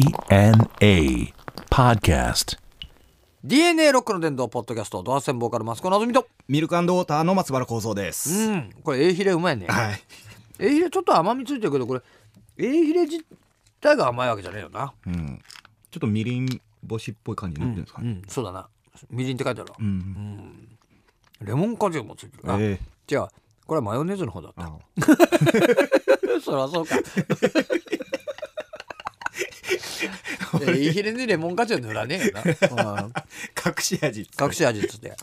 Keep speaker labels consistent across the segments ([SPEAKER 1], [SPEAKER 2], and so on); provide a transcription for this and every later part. [SPEAKER 1] DNA Podcast.
[SPEAKER 2] DNA ロックの伝道ポッドキャストドアセンボーカルマスコのぞみと
[SPEAKER 3] ミルクウォーターの松原幸三で
[SPEAKER 2] う
[SPEAKER 3] す。
[SPEAKER 2] んこれ A ヒレうまいね
[SPEAKER 3] はい。
[SPEAKER 2] A ヒレちょっと甘みついてるけどこれ A ヒレ自体が甘いわけじゃねえよな
[SPEAKER 3] うん。ちょっとみりん干しっぽい感じになってるんですか
[SPEAKER 2] う
[SPEAKER 3] ね。
[SPEAKER 2] んそうだなみりんって書いてあるわ
[SPEAKER 3] うん。
[SPEAKER 2] レモン果汁もついてるな
[SPEAKER 3] ええ
[SPEAKER 2] 違うこれはマヨネーズの方だった
[SPEAKER 3] あ
[SPEAKER 2] そりゃ そうか A ヒレにレモン果汁塗らねえよな うん
[SPEAKER 3] 隠し味。
[SPEAKER 2] 隠し味っつって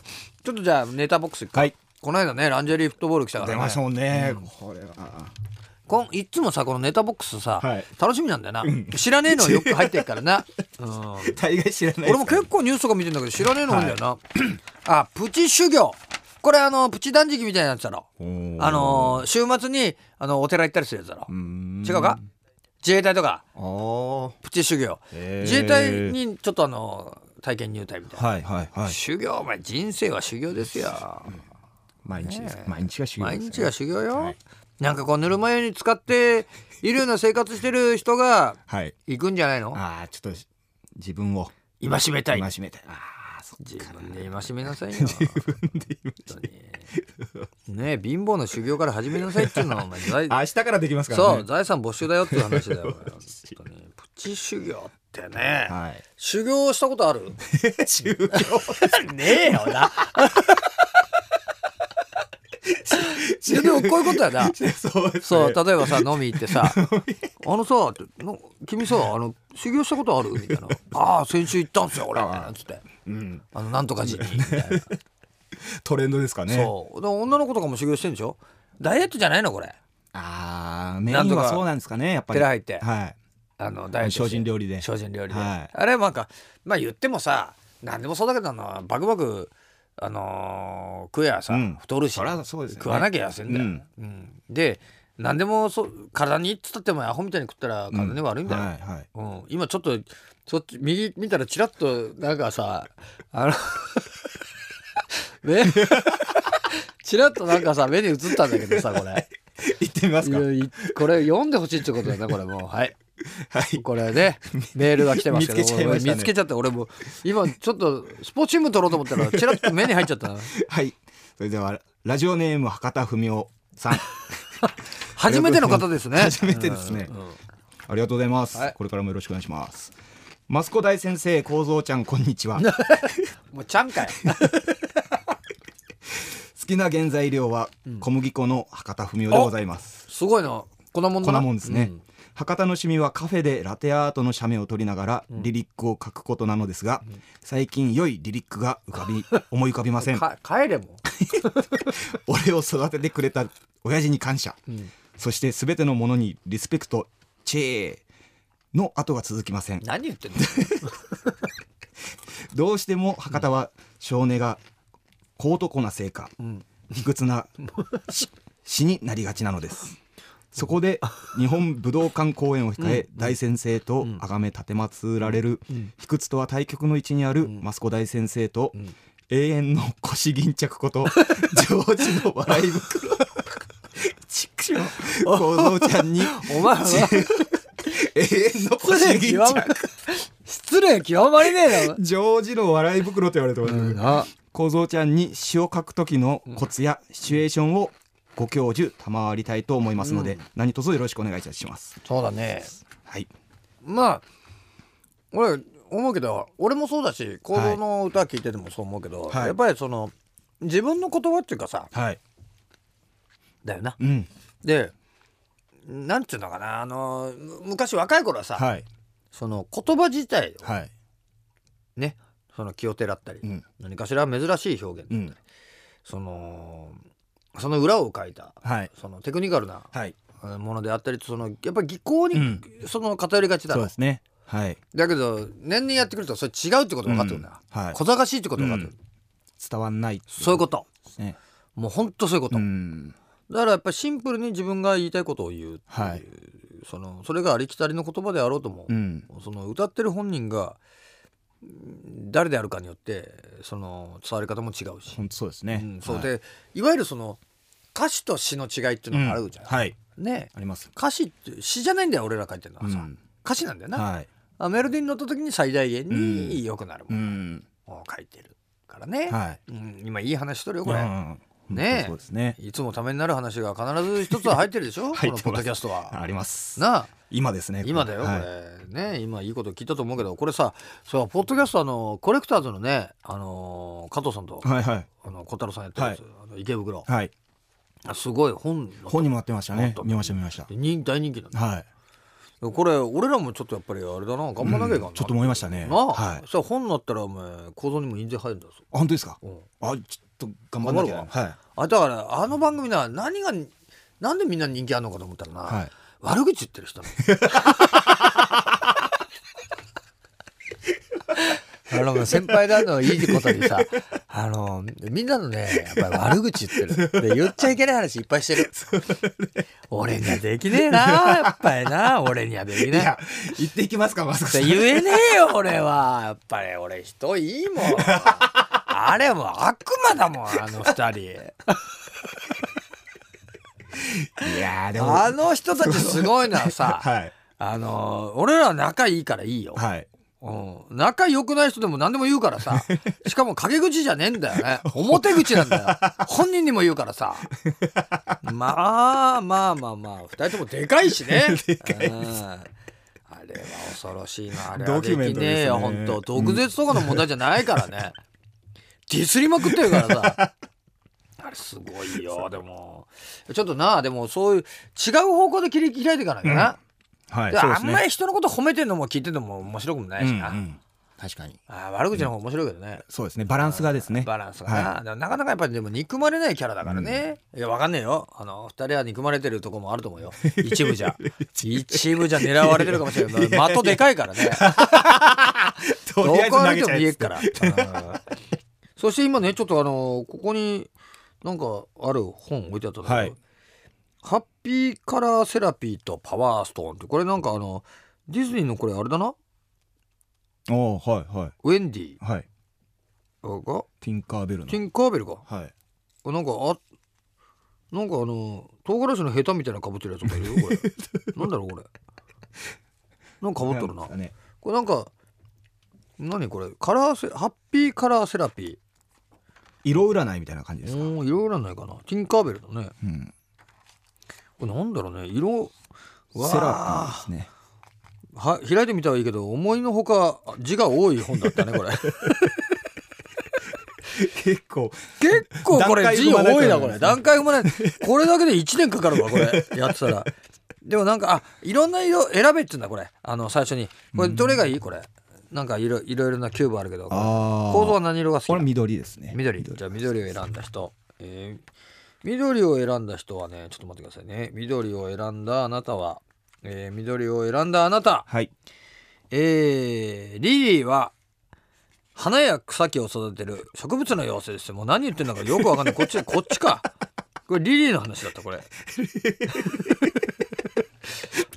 [SPEAKER 2] ちょっとじゃあネタボックス行くか
[SPEAKER 3] はい。
[SPEAKER 2] この間ねランジェリーフットボール来たから
[SPEAKER 3] 出
[SPEAKER 2] ね
[SPEAKER 3] ましょうね。これは。
[SPEAKER 2] こんいっつもさこのネタボックスさ、
[SPEAKER 3] はい
[SPEAKER 2] 楽しみなんだよな、知らねえのよく入ってるから な、うん、
[SPEAKER 3] 大概知らない。
[SPEAKER 2] 俺も結
[SPEAKER 3] 構。
[SPEAKER 2] 構ニュースとか見てんだけど知らねえの多いんだよな、あプチ修行これあのプチ断食みたいなやつだろ
[SPEAKER 3] おー
[SPEAKER 2] あのー週末にあのお寺行ったりするやつだろ
[SPEAKER 3] うーん。
[SPEAKER 2] 違うか自衛隊とか
[SPEAKER 3] あー
[SPEAKER 2] プチ修行、
[SPEAKER 3] へえ
[SPEAKER 2] 自衛隊にちょっとあの体験入隊みたいな、
[SPEAKER 3] はいはいはい。
[SPEAKER 2] 修行お前人生は修行ですよ
[SPEAKER 3] 毎日です。毎日が修行です
[SPEAKER 2] 毎
[SPEAKER 3] ね。
[SPEAKER 2] 日が修行よ、なんかこうぬるま湯に使っているような生活してる人が
[SPEAKER 3] はい。
[SPEAKER 2] 行くんじゃないの
[SPEAKER 3] ああちょっと自分を
[SPEAKER 2] 戒めたい
[SPEAKER 3] 戒めて。ああそっ
[SPEAKER 2] 自分で戒めなさいよ 本当にねえ貧乏の修行から始めなさいっていうのはお 前財
[SPEAKER 3] 明日からできますから
[SPEAKER 2] そ
[SPEAKER 3] ね。
[SPEAKER 2] う財産没収だよっていう話だ よお前本当にプチ修行ってね、
[SPEAKER 3] はい。
[SPEAKER 2] 修行したことある
[SPEAKER 3] 修行。
[SPEAKER 2] ねえよ ないやでもこういうことやな
[SPEAKER 3] そうです
[SPEAKER 2] そ
[SPEAKER 3] ね
[SPEAKER 2] う。例えば さ飲み行ってさ「あのさってな君さあの修行したことある?」みたい な「ああ先週行ったんすよ俺」つって
[SPEAKER 3] うん。
[SPEAKER 2] 「あのなんとか寺に」みたいな
[SPEAKER 3] トレンドですかね。
[SPEAKER 2] そうで女の子とかも修行してんでしょダイエットじゃないのこれ
[SPEAKER 3] ああメインはそうなんですかねやっぱり
[SPEAKER 2] 寺入って
[SPEAKER 3] はい
[SPEAKER 2] あのダイエットして
[SPEAKER 3] 精進料理で
[SPEAKER 2] 精進料理で、
[SPEAKER 3] はい
[SPEAKER 2] あれはなんかまあ言ってもさ何でもそうだけどなバクバクあのー食えやさ、
[SPEAKER 3] うん
[SPEAKER 2] 太るし
[SPEAKER 3] そりゃそうですよね
[SPEAKER 2] 食わなきゃ痩せんだよ、
[SPEAKER 3] うん
[SPEAKER 2] うんで何でもそう体にいいっつったってもアホみたいに食ったら体に悪いんだよ、
[SPEAKER 3] はいはい
[SPEAKER 2] うん、今ちょっとそっち右見たらチラッとなんかさあの ねチラッとなんかさ目に映ったんだけどさこれ
[SPEAKER 3] 行ってみますか
[SPEAKER 2] いやいこれ読んでほしいってことだねこれもうはい
[SPEAKER 3] はい
[SPEAKER 2] これねメールが来てますけど
[SPEAKER 3] 見つけちゃいましたね
[SPEAKER 2] 俺見つけちゃった俺もう今ちょっとスポーツチーム撮ろうと思ったらチラッと目に入っちゃったな
[SPEAKER 3] はいそれではラジオネーム博多文夫 さん
[SPEAKER 2] 初めての方ですね
[SPEAKER 3] 初めてですねありがとうございます
[SPEAKER 2] はい
[SPEAKER 3] これからもよろしくお願いしますマスコ大先生構造ちゃんこんにちは 好
[SPEAKER 2] もうちゃんかい
[SPEAKER 3] きな原材料は小麦粉の博多文夫でございます
[SPEAKER 2] すごいなこんなもんだ
[SPEAKER 3] こん
[SPEAKER 2] な
[SPEAKER 3] なもんですね、博多の趣味はカフェでラテアートの写メを撮りながらリリックを書くことなのですが、最近良いリリックが浮かび思い浮かびません
[SPEAKER 2] か帰れも
[SPEAKER 3] 俺を育ててくれた親父に感謝、そして全てのものにリスペクトチェーの後が続きません
[SPEAKER 2] 何言ってんの
[SPEAKER 3] どうしても博多は少年が小男なせいか、卑屈なし死になりがちなのですそこで日本武道館公演を控え、大先生と崇め奉られる、卑屈とは対極の位置にある益子大先生と、永遠の腰巾着ことジョージの笑い袋ちくしょう小僧ちゃんに
[SPEAKER 2] お前は
[SPEAKER 3] 永遠の腰巾着
[SPEAKER 2] 失礼極まりねえな
[SPEAKER 3] ジョージの笑い袋って言われてます、
[SPEAKER 2] あ
[SPEAKER 3] 小僧ちゃんに詩を書く時のコツやシチュエーションをご教授賜りたいと思いますので、何卒よろしくお願いいたします。
[SPEAKER 2] そうだね
[SPEAKER 3] はい。
[SPEAKER 2] まあ俺思うけど俺もそうだし行動の歌聞いててもそう思うけど、
[SPEAKER 3] はい
[SPEAKER 2] やっぱりその自分の言葉っていうかさ
[SPEAKER 3] はい。
[SPEAKER 2] だよな
[SPEAKER 3] うん。
[SPEAKER 2] でなんていうのかなあのむ昔若い頃はさ、
[SPEAKER 3] はい。
[SPEAKER 2] その言葉自体を
[SPEAKER 3] はい。
[SPEAKER 2] ねその気をてらったり、
[SPEAKER 3] うん
[SPEAKER 2] 何かしら珍しい表現、
[SPEAKER 3] うん。
[SPEAKER 2] そのその裏を書いた
[SPEAKER 3] はい。
[SPEAKER 2] そのテクニカルな
[SPEAKER 3] はい。
[SPEAKER 2] ものであったりとそのやっぱり技巧
[SPEAKER 3] う
[SPEAKER 2] に
[SPEAKER 3] ん
[SPEAKER 2] その偏りがちだ
[SPEAKER 3] そう
[SPEAKER 2] ろ
[SPEAKER 3] ですね。はい。
[SPEAKER 2] だけど年々やってくるとそれ違うってことが分かってくるな、
[SPEAKER 3] うんはい
[SPEAKER 2] 小賢しいってことが分かってくる、
[SPEAKER 3] 伝わんないです
[SPEAKER 2] そういうこと
[SPEAKER 3] ね。
[SPEAKER 2] もうほんとそういうこと、
[SPEAKER 3] うん。
[SPEAKER 2] だからやっぱりシンプルに自分が言いたいことを言うっていう、
[SPEAKER 3] はい
[SPEAKER 2] そのそれがありきたりの言葉であろうとも、
[SPEAKER 3] うん。
[SPEAKER 2] その歌ってる本人がうん誰であるかによってその伝わり方も違うし、
[SPEAKER 3] 本当そうですね。
[SPEAKER 2] うんそう
[SPEAKER 3] はい
[SPEAKER 2] で、い、わゆるその歌詞と詩の違いっていうのがあるじゃん、
[SPEAKER 3] はい。
[SPEAKER 2] ね
[SPEAKER 3] あります。
[SPEAKER 2] 歌詞って詩じゃないんだよ俺ら書いてるのはさ、
[SPEAKER 3] うん
[SPEAKER 2] 歌詞なんだよな、
[SPEAKER 3] はい。
[SPEAKER 2] あメロディーに乗った時に最大限
[SPEAKER 3] うん
[SPEAKER 2] に良くなる
[SPEAKER 3] う
[SPEAKER 2] も
[SPEAKER 3] ん
[SPEAKER 2] のを書いてるからね、
[SPEAKER 3] はい
[SPEAKER 2] うん、今いい話しとるよこ
[SPEAKER 3] う
[SPEAKER 2] れ、
[SPEAKER 3] ん
[SPEAKER 2] ねえ
[SPEAKER 3] そうですね
[SPEAKER 2] いつもためになる話が必ず一つは入ってるでしょこ
[SPEAKER 3] 入
[SPEAKER 2] の
[SPEAKER 3] ってます
[SPEAKER 2] ポッドキャストは。
[SPEAKER 3] あります
[SPEAKER 2] なあ
[SPEAKER 3] 今ですね
[SPEAKER 2] 今だよこれ、
[SPEAKER 3] はい
[SPEAKER 2] ね今いいこと聞いたと思うけどこれさそうポッドキャストあのコレクターズのね、あの加藤さんと、
[SPEAKER 3] はいはい
[SPEAKER 2] あの小太郎さんやってるやつ、あの池袋、
[SPEAKER 3] はい
[SPEAKER 2] あすごい本の
[SPEAKER 3] 本にもなってました
[SPEAKER 2] もっ
[SPEAKER 3] ね
[SPEAKER 2] と
[SPEAKER 3] 見ました見ました
[SPEAKER 2] 人大人気なんだ
[SPEAKER 3] はい
[SPEAKER 2] これ俺らもちょっとやっぱりあれだな頑張らなきゃいかんな、
[SPEAKER 3] うんちょっと思いましたね
[SPEAKER 2] なあ、
[SPEAKER 3] はい
[SPEAKER 2] さ本になったらお前構造にも印税入るんだぞ、
[SPEAKER 3] あ本当ですか
[SPEAKER 2] うん
[SPEAKER 3] あちょっと頑張んなきゃ
[SPEAKER 2] 頑
[SPEAKER 3] はい
[SPEAKER 2] あだからあの番組な何がなんでみんな人気あるのかと思ったらな、
[SPEAKER 3] はい
[SPEAKER 2] 悪口言ってる人な の。あの先輩なのいいことにさあのみんなのねやっぱり悪口言ってるで言っちゃいけない話いっぱいしてる 俺にはできねえなやっぱりな俺にはでき
[SPEAKER 3] い
[SPEAKER 2] ねえ
[SPEAKER 3] や行っていきますかマスクさん
[SPEAKER 2] 言えねえよ俺はやっぱり俺人いいもんあれもう悪魔だもんあの二人。
[SPEAKER 3] いやーでも
[SPEAKER 2] あの人たちすごい のはさ、
[SPEAKER 3] はい
[SPEAKER 2] あのー俺ら仲いいからいいよ、
[SPEAKER 3] はい
[SPEAKER 2] うん、仲良くない人でも何でも言うから さしかも陰口じゃねえんだよね表口なんだよ本人にも言うからさまあまあまあまあ2人ともでかいし ねでかいあれは恐ろしいなあれは
[SPEAKER 3] ドキ
[SPEAKER 2] で
[SPEAKER 3] ュメン
[SPEAKER 2] き
[SPEAKER 3] ト
[SPEAKER 2] ねえ
[SPEAKER 3] ですね
[SPEAKER 2] よ、本当毒舌とかの問題じゃないからね、ディスりまくってるからさあれすごいよでもちょっとなでもそういう違う方向で切り開いていかなきゃな、
[SPEAKER 3] はい
[SPEAKER 2] で
[SPEAKER 3] そうで
[SPEAKER 2] あ
[SPEAKER 3] す
[SPEAKER 2] ん
[SPEAKER 3] ね
[SPEAKER 2] まり人のこと褒めてるのも聞いてるのも面白くもないしな、
[SPEAKER 3] うんうん確かに
[SPEAKER 2] あー悪口の方が面白いけどね、
[SPEAKER 3] そうですねバランスがですね
[SPEAKER 2] バランスがな、だからなかなかやっぱりでも憎まれないキャラだからね、いやわかんねえよあの二人は憎まれてるとこもあると思 うよ一部じゃ一部じゃ狙われてるかもしれ ないまあ的でかいからねど
[SPEAKER 3] と
[SPEAKER 2] こ
[SPEAKER 3] りあえず投
[SPEAKER 2] 歩い
[SPEAKER 3] げ
[SPEAKER 2] て
[SPEAKER 3] ちゃ
[SPEAKER 2] も
[SPEAKER 3] え
[SPEAKER 2] 見えっからうんそして今ねちょっとあのここになんかある本置いてあったんだけど、
[SPEAKER 3] はい
[SPEAKER 2] ハッピーカラーセラピーとパワーストーンってこれなんかあのディズニーのこれあれだな
[SPEAKER 3] おーはいは
[SPEAKER 2] ウェンディ
[SPEAKER 3] いはい
[SPEAKER 2] が
[SPEAKER 3] ティンカーベルの
[SPEAKER 2] ティンカーベルか
[SPEAKER 3] はい
[SPEAKER 2] あなんかあなんかあの唐辛子のヘタみたいなかぶってるやつもいるよ これなんだろうこれなんかかぶっとるな
[SPEAKER 3] なんですかね
[SPEAKER 2] これなんか何これカラーセハッピーカラーセラピ
[SPEAKER 3] 色占いみたいな感じで
[SPEAKER 2] ー
[SPEAKER 3] すか
[SPEAKER 2] うん色占いかなティンカーベルだね
[SPEAKER 3] うん
[SPEAKER 2] これなんだろうね色う
[SPEAKER 3] セラ
[SPEAKER 2] わ
[SPEAKER 3] ピーですね
[SPEAKER 2] ーは開いてみたはいいけど思いのほか字が多い本だったねこれ
[SPEAKER 3] 結構
[SPEAKER 2] 結構これ
[SPEAKER 3] 段階
[SPEAKER 2] 字
[SPEAKER 3] 踏まないと
[SPEAKER 2] 多いな
[SPEAKER 3] ダメ
[SPEAKER 2] こ
[SPEAKER 3] で
[SPEAKER 2] れ
[SPEAKER 3] すね
[SPEAKER 2] 段階踏まないこれだけで1年かかるわこれ やってたらでもなんかあいろんな色選べっつうんだこれあの最初にこれどれがいいこれなんかいろいろいろなキューブあるけど構
[SPEAKER 3] あ
[SPEAKER 2] 造は何色が好
[SPEAKER 3] こ
[SPEAKER 2] き
[SPEAKER 3] れ
[SPEAKER 2] だ
[SPEAKER 3] 緑ですね
[SPEAKER 2] 緑じゃあ緑を選んだ人、えー緑を選んだ人はねちょっと待ってくださいね緑を選んだあなたは、えー緑を選んだあなた
[SPEAKER 3] はい
[SPEAKER 2] えーリリーは花や草木を育てる植物の妖精ですよもう何言ってんだかよくわかんないこっちこっちかこれリリーの話だったこれ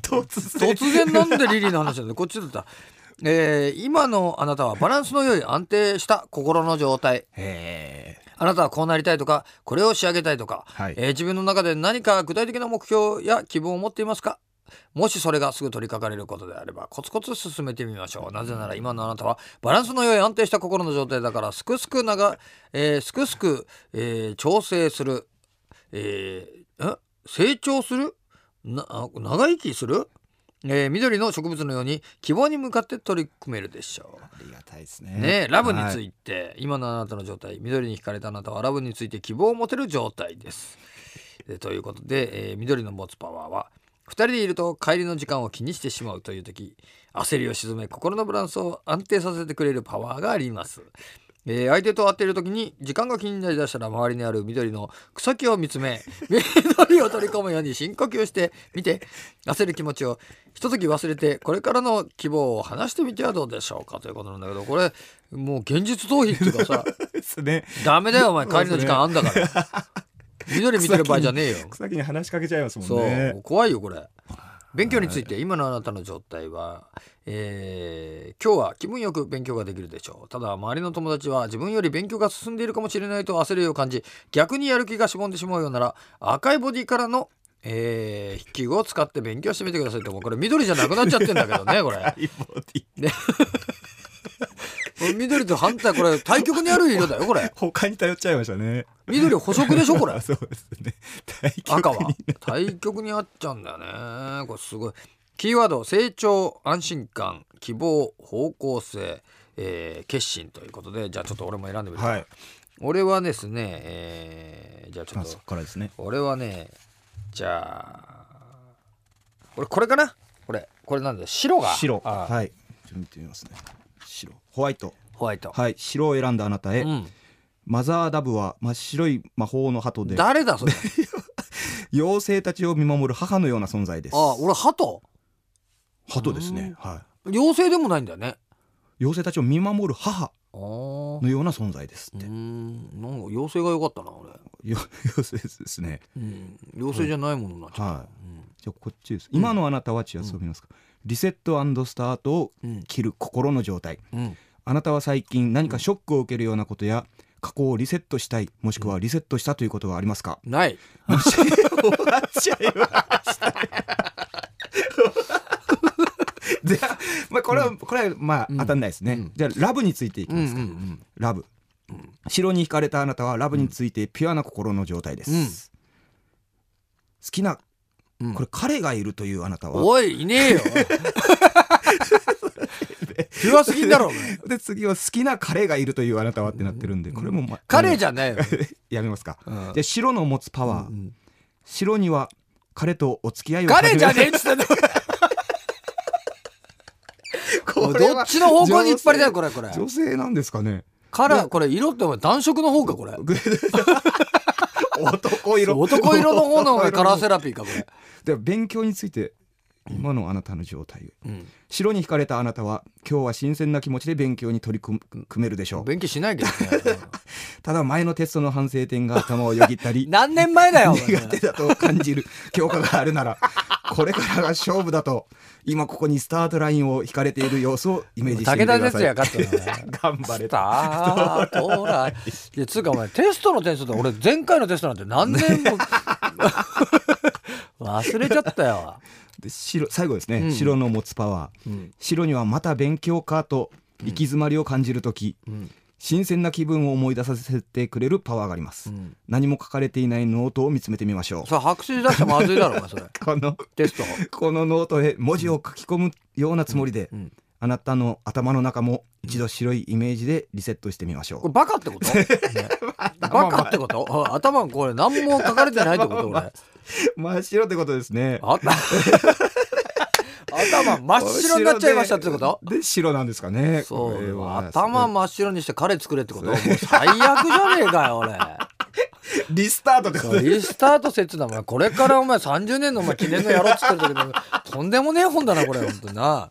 [SPEAKER 3] 突然
[SPEAKER 2] 突然なんでリリーの話なんだこっちだった、えー今のあなたはバランスの良い安定した心の状態
[SPEAKER 3] へ
[SPEAKER 2] あなたはこうなりたいとかこれを仕上げたいとか、
[SPEAKER 3] はい
[SPEAKER 2] えー自分の中で何か具体的な目標や希望を持っていますかもしそれがすぐ取り掛かれることであればコツコツ進めてみましょうなぜなら今のあなたはバランスの良い安定した心の状態だからすくすく長、えーすくすく、えー調整する、えーん成長するなあ長生きする、えー緑の植物のように希望に向かって取り組めるでしょう。
[SPEAKER 3] ありがたいですね
[SPEAKER 2] ねえラブにつ
[SPEAKER 3] て
[SPEAKER 2] いて、今のあなたの状態緑に惹かれたあなたはラブについて希望を持てる状態です。えということで、えー緑の持つパワーは2人でいると帰りの時間を気にしてしまうという時焦りを沈め心のバランスを安定させてくれるパワーがあります。えー相手と会っている時に時間が気になりだしたら周りにある緑の草木を見つめ緑を取り込むように深呼吸してみて焦る気持ちをひととき忘れてこれからの希望を話してみてはどうでしょうかということなんだけどこれもう現実逃避っていうかさ
[SPEAKER 3] ですね
[SPEAKER 2] ダメだよお前帰りの時間あんだから緑見てる場合じゃねえよ
[SPEAKER 3] 草木に話しかけちゃいますも
[SPEAKER 2] そ
[SPEAKER 3] んね
[SPEAKER 2] う怖いよこれ勉強について今のあなたの状態は、えー今日は気分よく勉強ができるでしょうただ周りの友達は自分より勉強が進んでいるかもしれないと焦りを感じ逆にやる気がしぼんでしまうようなら赤いボディからのえー筆記具を使って勉強してみてくださいってもうこれ緑じゃなくなっちゃってんだけどねこ れ
[SPEAKER 3] イボディ
[SPEAKER 2] これ緑と反対これ対極にある色だよこれ
[SPEAKER 3] 他に頼っちゃいましたね
[SPEAKER 2] 緑補色でしょこれ
[SPEAKER 3] あそうですね対局
[SPEAKER 2] 赤は対極にあっちゃうんだよねこれすごいキーワード成長安心感希望方向性、えー決心ということでじゃあちょっと俺も選んでみる、
[SPEAKER 3] はい
[SPEAKER 2] 俺はですね、えーじゃあちょ
[SPEAKER 3] まあ
[SPEAKER 2] っと
[SPEAKER 3] そこからですね
[SPEAKER 2] 俺はねじゃあ俺これかなこれこれなんだよ白が
[SPEAKER 3] 白
[SPEAKER 2] あ
[SPEAKER 3] はいちょっと見てみますね白ホワイト
[SPEAKER 2] ホワイト、
[SPEAKER 3] はい白を選んだあなたへ、
[SPEAKER 2] うん、
[SPEAKER 3] マザーダブは真っ白い魔法の鳩で
[SPEAKER 2] 誰だそれ
[SPEAKER 3] 妖精たちを見守る母のような存在です
[SPEAKER 2] あ俺鳩
[SPEAKER 3] 鳩ですねは
[SPEAKER 2] 妖精でもないんだよね
[SPEAKER 3] い妖精たちを見守る母
[SPEAKER 2] ああ
[SPEAKER 3] のような存在です
[SPEAKER 2] う
[SPEAKER 3] って、
[SPEAKER 2] ーんなんか妖精が良かったな俺、
[SPEAKER 3] よ妖精ですね
[SPEAKER 2] うん、妖精じゃないものになっちゃう、
[SPEAKER 3] はい
[SPEAKER 2] うん
[SPEAKER 3] じゃあこっちです今のあなたは違う、そう見ますかリセットスタートを
[SPEAKER 2] うん
[SPEAKER 3] 切る心の状態、
[SPEAKER 2] うん
[SPEAKER 3] あなたは最近何かショックを受けるようなことや過去をリセットしたいもしくはリセットしたということはありますか、
[SPEAKER 2] ない
[SPEAKER 3] 終わっちゃいました じゃあ、まあ、これは、これはまあ当たんないですね、じゃあラブについていきますか、
[SPEAKER 2] うんうんうん
[SPEAKER 3] ラブ白に惹かれたあなたはラブについてピュアな心の状態です、
[SPEAKER 2] うん
[SPEAKER 3] 好きな
[SPEAKER 2] うん
[SPEAKER 3] これ彼がいるというあなたは
[SPEAKER 2] おいいねえよピュアすぎんだろお前
[SPEAKER 3] で次は好きな彼がいるというあなたはってなってるんでこれも、ま、
[SPEAKER 2] 彼じ
[SPEAKER 3] ゃ
[SPEAKER 2] ゃないよ、
[SPEAKER 3] やめますか、
[SPEAKER 2] うん
[SPEAKER 3] で白の持つパワー、
[SPEAKER 2] うん
[SPEAKER 3] 白には彼とお付き合いを
[SPEAKER 2] 彼じゃ
[SPEAKER 3] 始め
[SPEAKER 2] ねえっつってんだ
[SPEAKER 3] こ
[SPEAKER 2] おい
[SPEAKER 3] れは
[SPEAKER 2] どっちの方向に引っ張りたいこれこれ
[SPEAKER 3] 女性なんですか ね
[SPEAKER 2] カラーこれ色ってお前暖色の方かこれ
[SPEAKER 3] 男色
[SPEAKER 2] 男色の方の方がカラー
[SPEAKER 3] せ
[SPEAKER 2] セラピーかこれ、
[SPEAKER 3] では勉強について今のあなたの状態
[SPEAKER 2] うん、
[SPEAKER 3] 白に惹かれたあなたは今日は新鮮な気持ちで勉強に取り組む組めるでしょ
[SPEAKER 2] 勉強しないけどね
[SPEAKER 3] うただ前のテストの反省点が頭をよぎっ たり
[SPEAKER 2] 何年前だよお前
[SPEAKER 3] 苦手だと感じる教科があるならこれからが勝負だと今ここにスタートラインを引かれている様子をイメージしてみて
[SPEAKER 2] 武
[SPEAKER 3] く
[SPEAKER 2] 田
[SPEAKER 3] ださい
[SPEAKER 2] 鉄矢勝ったな
[SPEAKER 3] 頑張れ
[SPEAKER 2] スタートラインいやつうかお前テストの点数って俺前回のテストなんて何年も忘れちゃったよ、
[SPEAKER 3] で白最後ですね、
[SPEAKER 2] うん
[SPEAKER 3] 白の持つパワー、
[SPEAKER 2] うん
[SPEAKER 3] 白にはまた勉強かと行き詰まりを感じるとき、新鮮な気分を思い出させてくれるパワーがあります、
[SPEAKER 2] ん
[SPEAKER 3] 何も書かれていないノートを見つめてみましょう
[SPEAKER 2] さあ白紙で出してまずいだろお前それ
[SPEAKER 3] この
[SPEAKER 2] テスト
[SPEAKER 3] このノートへ文字を書き込むようなつもりで、
[SPEAKER 2] んうん
[SPEAKER 3] あなたの頭の中も一度白いイメージでリセットしてみましょ
[SPEAKER 2] これ
[SPEAKER 3] う
[SPEAKER 2] バカってこと、ねバカってことおい頭これ何も書かれてないってこと俺
[SPEAKER 3] 真っ白ってことですね
[SPEAKER 2] あ頭真っ白になっちゃいましたってこと
[SPEAKER 3] でで白なんですかね
[SPEAKER 2] そ
[SPEAKER 3] これ
[SPEAKER 2] う
[SPEAKER 3] は
[SPEAKER 2] 頭真っ白にして彼作れってこともう最悪じゃねえかよ俺
[SPEAKER 3] リスタートってことです
[SPEAKER 2] リスタート説だもんこれからお前30年のお前記念のやろうっつってる時にとんでもねえ本だなこれ本当にな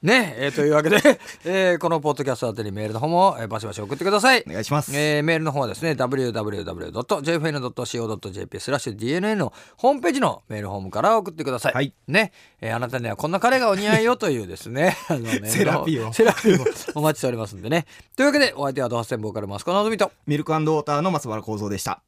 [SPEAKER 2] ねえーというわけで、えーこのポッドキャスト宛てにメールの方も、えーバシバシ送ってください
[SPEAKER 3] お願いします
[SPEAKER 2] えーメールの方はですね www.jfn.co.jp スラッシュ DNA のホームページのメールフォームから送ってください、
[SPEAKER 3] はい
[SPEAKER 2] ね、えーあなたにはこんな彼がお似合いよというですねあのメールの
[SPEAKER 3] セラピーを
[SPEAKER 2] セラピーをお待ちしておりますんでねというわけでお相手はドハセンボーカルマスコのぞみと
[SPEAKER 3] ミルクウォーターの松原幸三でした